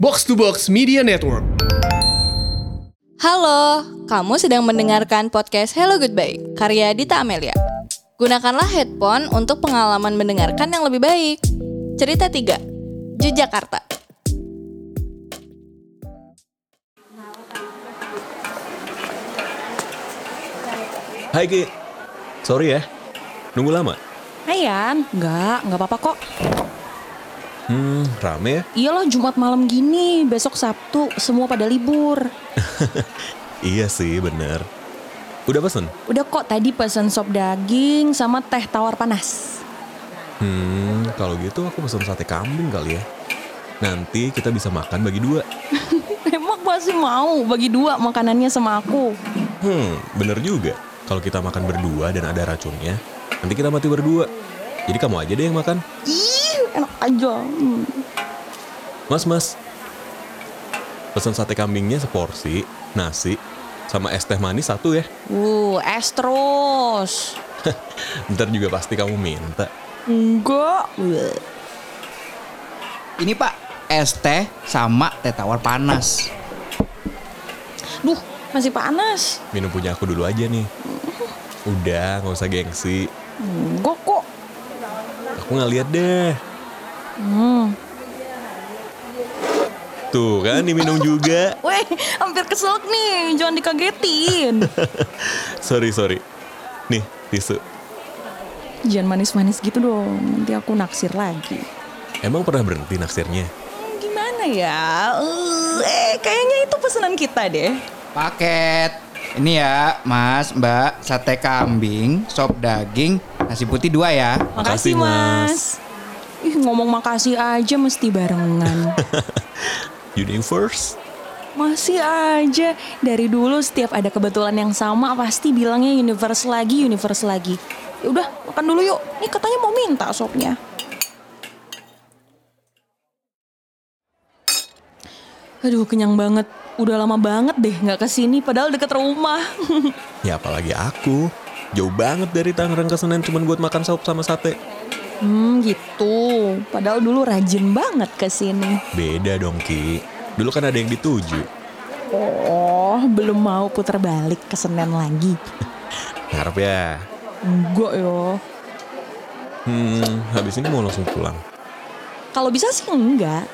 Box to Box Media Network. Halo, kamu sedang mendengarkan podcast Hello Goodbye karya Dita Amelia. Gunakanlah headphone untuk pengalaman mendengarkan yang lebih baik. Cerita 3. Yogyakarta. Hai Ki, sorry ya, nunggu lama. Ayan, nggak, nggak apa-apa kok. Hmm, rame ya? Iya loh Jumat malam gini, besok Sabtu semua pada libur. Iya sih, bener. Udah pesen? Udah kok tadi pesen sop daging sama teh tawar panas. Hmm, kalau gitu aku pesen sate kambing kali ya. Nanti kita bisa makan bagi dua. Emang masih mau bagi dua makanannya sama aku. Hmm, bener juga. Kalau kita makan berdua dan ada racunnya, nanti kita mati berdua. Jadi kamu aja deh yang makan. Ih, enak aja. Hmm. Mas, mas. Pesen sate kambingnya seporsi, nasi, sama es teh manis satu ya. Uh, es terus. Ntar juga pasti kamu minta. Enggak. Ini pak, es teh sama teh tawar panas. Duh, masih panas. Minum punya aku dulu aja nih. Udah, nggak usah gengsi. Enggak kok. Aku nggak lihat deh. Hmm. Tuh kan diminum juga. Weh, hampir keselak nih. Jangan dikagetin. Sorry sorry. Nih tisu. Jangan manis-manis gitu dong. Nanti aku naksir lagi. Emang pernah berhenti naksirnya? Gimana ya? Eh, Eh, kayaknya itu pesanan kita deh. Paket. Ini ya, Mas, Mbak, sate kambing, sop daging, nasi putih dua ya. Makasih, Mas. Ih, ngomong makasih aja mesti barengan. Universe? Masih aja. Dari dulu setiap ada kebetulan yang sama pasti bilangnya universe lagi, universe lagi. Ya udah, makan dulu yuk. Ini katanya mau minta sopnya. Aduh, kenyang banget. Udah lama banget deh nggak kesini, padahal deket rumah. Ya apalagi aku. Jauh banget dari Tangerang ke Senen cuman buat makan sop sama sate. hmm, gitu. Padahal dulu rajin banget kesini. Beda dong Ki. Dulu kan ada yang dituju. Oh, belum mau putar balik ke Senen lagi. Harap ya. Enggak yo. Hmm, habis ini mau langsung pulang. Kalau bisa sih enggak.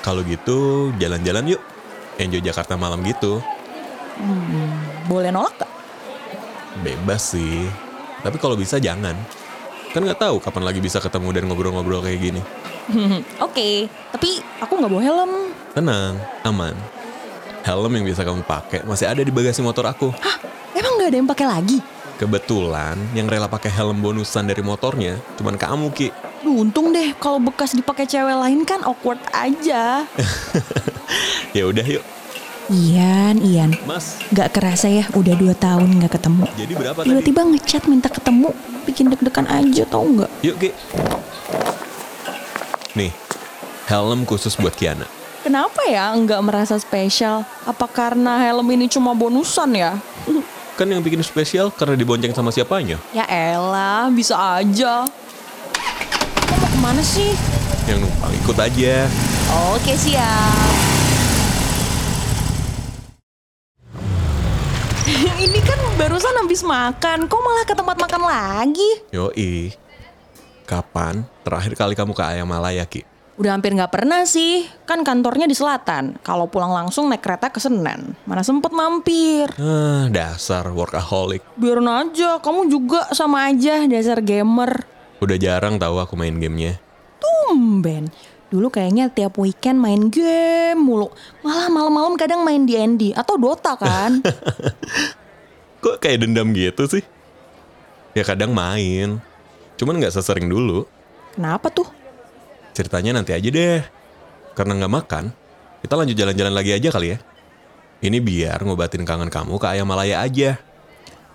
Kalau gitu jalan-jalan yuk. Enjoy Jakarta malam gitu. Hmm, Boleh nolak gak? Bebas sih. Tapi kalau bisa jangan. Kan nggak tahu kapan lagi bisa ketemu dan ngobrol-ngobrol kayak gini. Oke, tapi aku nggak bawa helm. Tenang, aman. Helm yang biasa kamu pakai masih ada di bagasi motor aku. Hah, emang nggak ada yang pakai lagi? Kebetulan yang rela pakai helm bonusan dari motornya cuman kamu Ki. Duh, untung deh kalau bekas dipakai cewek lain kan awkward aja. Ya udah yuk, Ian, Ian, Mas. nggak kerasa ya udah dua tahun nggak ketemu. Jadi berapa tadi? Tiba-tiba ngechat minta ketemu, bikin deg-degan aja tau nggak? Yuk Ki. Nih, helm khusus buat Kiana. Kenapa ya nggak merasa spesial? Apa karena helm ini cuma bonusan ya? Kan yang bikin spesial karena dibonceng sama siapanya. Ya elah, bisa aja. Kamu mau kemana sih? Yang numpang ikut aja. Oke siap. Ini kan barusan habis makan, kok malah ke tempat makan lagi? Yoi. Kapan terakhir kali kamu ke Ayam Malaya Ki? Udah hampir nggak pernah sih, kan kantornya di selatan. Kalau pulang langsung naik kereta ke Senen, mana sempet mampir. Ah, dasar workaholic. Biarin aja, kamu juga sama aja dasar gamer. Udah jarang tahu aku main gamenya. Tumben, dulu kayaknya tiap weekend main game mulu. Malah malam-malam kadang main D&D atau Dota kan. Kok kayak dendam gitu sih? Ya kadang main. Cuman nggak sesering dulu. Kenapa tuh? Ceritanya nanti aja deh. Karena nggak makan, kita lanjut jalan-jalan lagi aja kali ya. Ini biar ngobatin kangen kamu ke Ayam Malaya aja.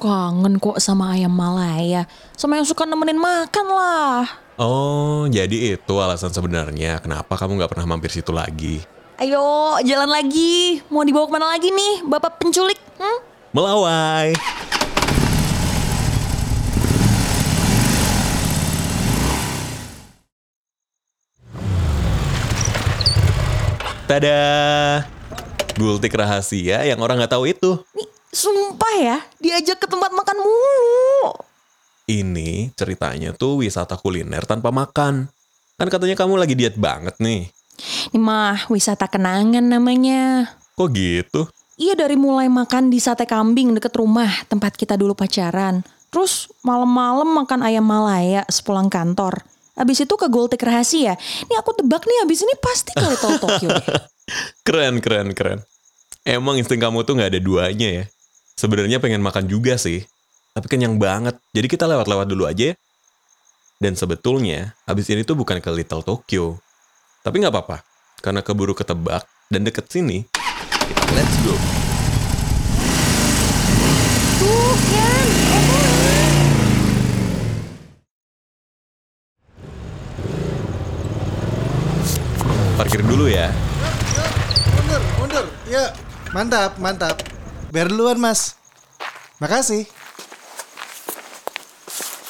Kangen kok sama ayam Malaya. Sama yang suka nemenin makan lah. Oh, jadi itu alasan sebenarnya kenapa kamu nggak pernah mampir situ lagi. Ayo, jalan lagi. Mau dibawa kemana lagi nih, bapak penculik? Hmm? Melawai. Tada! Gultik rahasia yang orang nggak tahu itu. Nih, sumpah ya, diajak ke tempat makan mulu. Ini ceritanya tuh wisata kuliner tanpa makan. Kan katanya kamu lagi diet banget nih. Ini mah wisata kenangan namanya. Kok gitu? Iya dari mulai makan di sate kambing deket rumah tempat kita dulu pacaran. Terus malam-malam makan ayam malaya sepulang kantor. Abis itu ke Goltik Rahasia. Ini aku tebak nih abis ini pasti ke Little Tokyo deh. Keren, keren, keren. Emang insting kamu tuh nggak ada duanya ya. Sebenarnya pengen makan juga sih. Tapi kenyang banget. Jadi kita lewat-lewat dulu aja ya. Dan sebetulnya, habis ini tuh bukan ke Little Tokyo. Tapi nggak apa-apa. Karena keburu ketebak dan deket sini, kita let's go. Parkir dulu ya. Mundur, mundur. Ya, mantap, mantap. Biar duluan, Mas. Makasih.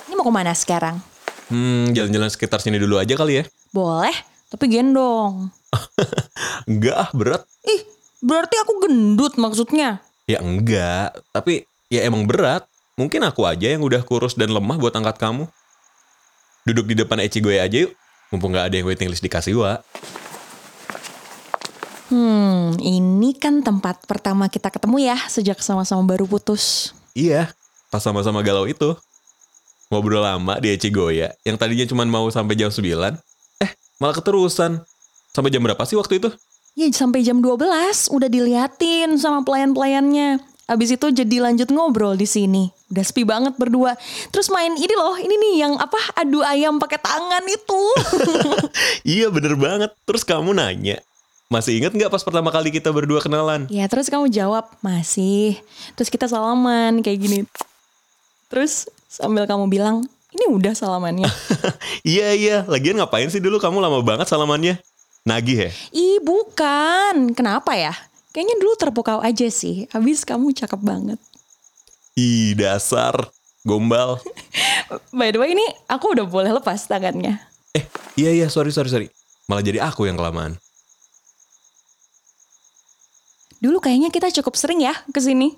Ini mau kemana sekarang? Hmm, jalan-jalan sekitar sini dulu aja kali ya. Boleh, tapi gendong. Enggak ah, berat. Ih, berarti aku gendut maksudnya. Ya enggak, tapi ya emang berat. Mungkin aku aja yang udah kurus dan lemah buat angkat kamu. Duduk di depan Eci gue aja yuk. Mumpung nggak ada yang waiting list di Kasiwa. Hmm, ini kan tempat pertama kita ketemu ya sejak sama-sama baru putus. Iya, pas sama-sama galau itu. Ngobrol lama di Eci Goya, yang tadinya cuma mau sampai jam 9. Eh, malah keterusan. Sampai jam berapa sih waktu itu? Ya sampai jam 12 udah diliatin sama pelayan-pelayannya. Abis itu jadi lanjut ngobrol di sini. Udah sepi banget berdua. Terus main ini loh, ini nih yang apa adu ayam pakai tangan itu. Iya bener banget, terus kamu nanya. Masih inget nggak pas pertama kali kita berdua kenalan? ya terus kamu jawab, masih. Terus kita salaman kayak gini. Terus sambil kamu bilang, ini udah salamannya. Iya iya, lagian ngapain sih dulu kamu lama banget salamannya? Nagih ya? Ih bukan, kenapa ya? Kayaknya dulu terpukau aja sih, abis kamu cakep banget. Ih dasar, gombal. By the way ini aku udah boleh lepas tangannya. Eh iya iya, sorry sorry sorry. Malah jadi aku yang kelamaan. Dulu kayaknya kita cukup sering ya ke sini.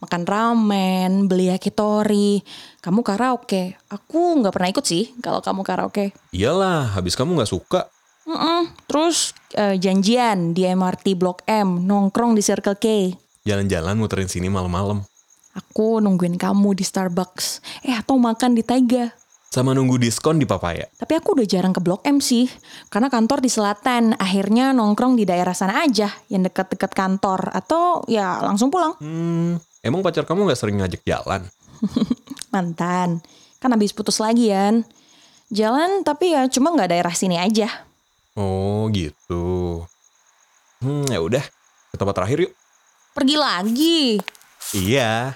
Makan ramen, beli yakitori. Kamu karaoke. Aku nggak pernah ikut sih kalau kamu karaoke. Iyalah, habis kamu nggak suka. Mm-mm. Terus eh, janjian di MRT Blok M, nongkrong di Circle K. Jalan-jalan muterin sini malam-malam. Aku nungguin kamu di Starbucks. Eh atau makan di Taiga. Sama nunggu diskon di Papaya. Tapi aku udah jarang ke Blok M sih. Karena kantor di selatan. Akhirnya nongkrong di daerah sana aja. Yang deket-deket kantor. Atau ya langsung pulang. Hmm, emang pacar kamu nggak sering ngajak jalan? mantan. Kan habis putus lagi Yan. Jalan tapi ya cuma nggak daerah sini aja. Oh gitu. Hmm, ya udah. Ke tempat terakhir yuk. Pergi lagi. Iya.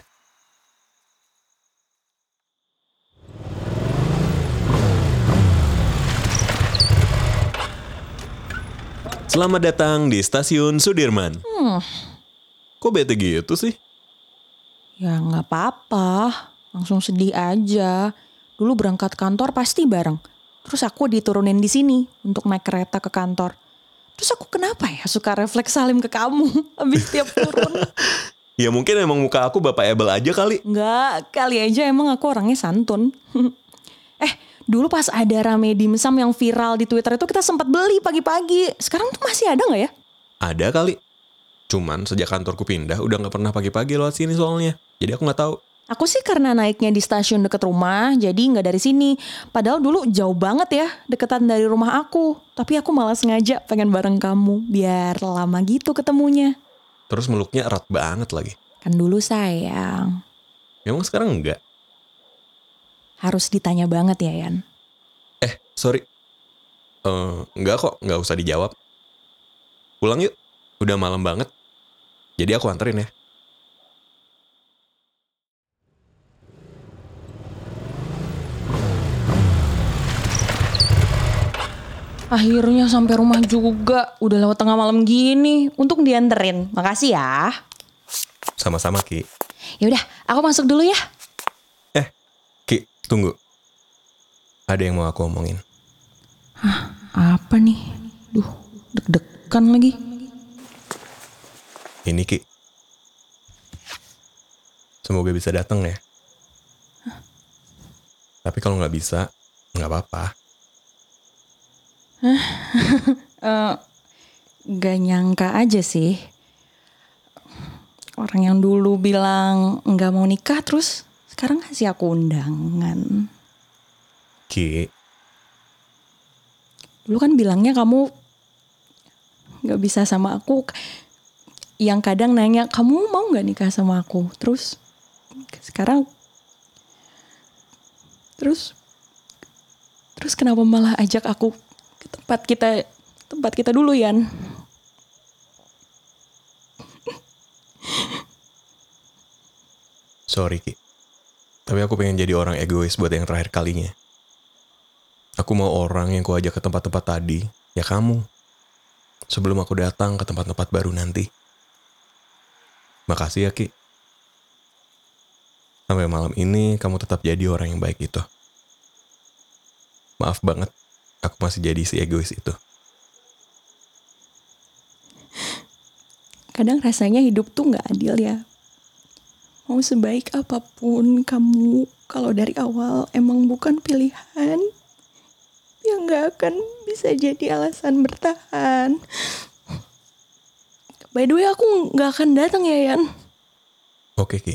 Selamat datang di stasiun Sudirman. Kok bete gitu sih? Ya nggak apa-apa. Langsung sedih aja. Dulu berangkat kantor pasti bareng. Terus aku diturunin di sini untuk naik kereta ke kantor. Terus aku kenapa ya suka refleks salim ke kamu habis tiap turun? Ya mungkin emang muka aku Bapak Ebel aja kali. Nggak, kali aja emang aku orangnya santun. eh, dulu pas ada rame dimsum yang viral di Twitter itu kita sempat beli pagi-pagi. Sekarang tuh masih ada nggak ya? Ada kali. Cuman sejak kantorku pindah udah nggak pernah pagi-pagi lewat sini soalnya. Jadi aku nggak tahu. Aku sih karena naiknya di stasiun deket rumah, jadi nggak dari sini. Padahal dulu jauh banget ya, deketan dari rumah aku. Tapi aku malah sengaja pengen bareng kamu, biar lama gitu ketemunya. Terus meluknya erat banget lagi. Kan dulu sayang, Emang sekarang enggak? harus ditanya banget ya Yan. Eh, sorry. Eh, enggak kok, nggak usah dijawab. Pulang yuk, udah malam banget. Jadi aku anterin ya. Akhirnya sampai rumah juga, udah lewat tengah malam gini. Untung dianterin, makasih ya. Sama-sama, Ki. Yaudah, aku masuk dulu ya. Ki, tunggu. Ada yang mau aku omongin. Apa nih? Duh, deg-degan lagi. Ini Ki. Semoga bisa datang ya. Tapi kalau nggak bisa, nggak apa-apa. Gak nyangka aja sih. Orang yang dulu bilang nggak mau nikah terus sekarang ngasih aku undangan. Ki, Dulu kan bilangnya kamu nggak bisa sama aku. Yang kadang nanya kamu mau nggak nikah sama aku. Terus sekarang terus terus kenapa malah ajak aku ke tempat kita tempat kita dulu Yan? sorry Ki. Tapi aku pengen jadi orang egois buat yang terakhir kalinya. Aku mau orang yang ku ajak ke tempat-tempat tadi, ya kamu. Sebelum aku datang ke tempat-tempat baru nanti. Makasih ya Ki. Sampai malam ini kamu tetap jadi orang yang baik itu. Maaf banget, aku masih jadi si egois itu. Kadang rasanya hidup tuh nggak adil ya. Mau sebaik apapun kamu, kalau dari awal emang bukan pilihan, ya nggak akan bisa jadi alasan bertahan. By the way, aku nggak akan datang ya, Yan. Oke Ki,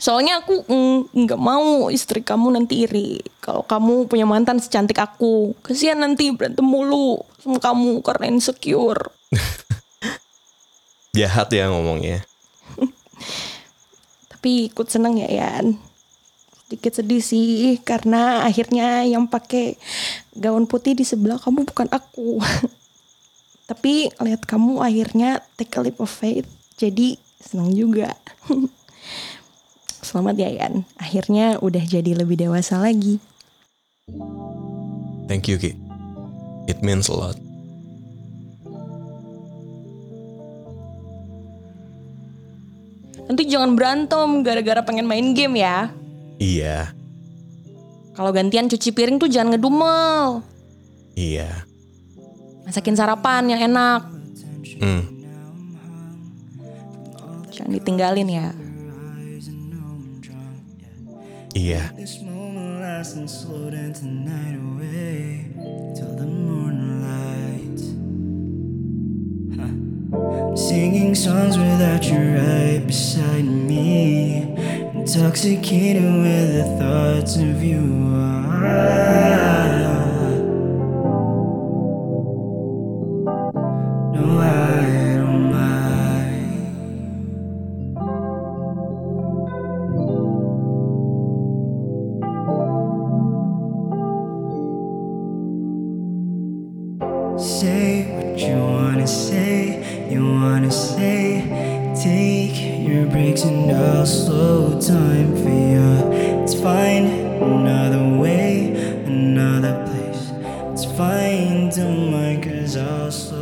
Soalnya aku mm, nggak mau istri kamu nanti iri. Kalau kamu punya mantan secantik aku, kesian nanti berantem mulu sama kamu karena insecure. jahat ya ngomongnya. tapi ikut seneng ya Yan sedikit sedih sih karena akhirnya yang pakai gaun putih di sebelah kamu bukan aku tapi lihat kamu akhirnya take a leap of faith jadi seneng juga selamat ya Yan akhirnya udah jadi lebih dewasa lagi Thank you, Ki. It means a lot. nanti jangan berantem gara-gara pengen main game ya Iya, kalau gantian cuci piring tuh jangan ngedumel iya. masakin sarapan yang enak Hmm, jangan ditinggalin ya iya. This moment lasts and slow dance the night away till the moonlight. Huh. Singing songs without you right beside me, intoxicated with the thoughts of you. I, no, I don't mind. Say what you wanna say, you wanna say. Take your breaks and I'll slow time for you. It's fine, another way, another place. It's fine, don't mind, cause I'll slow.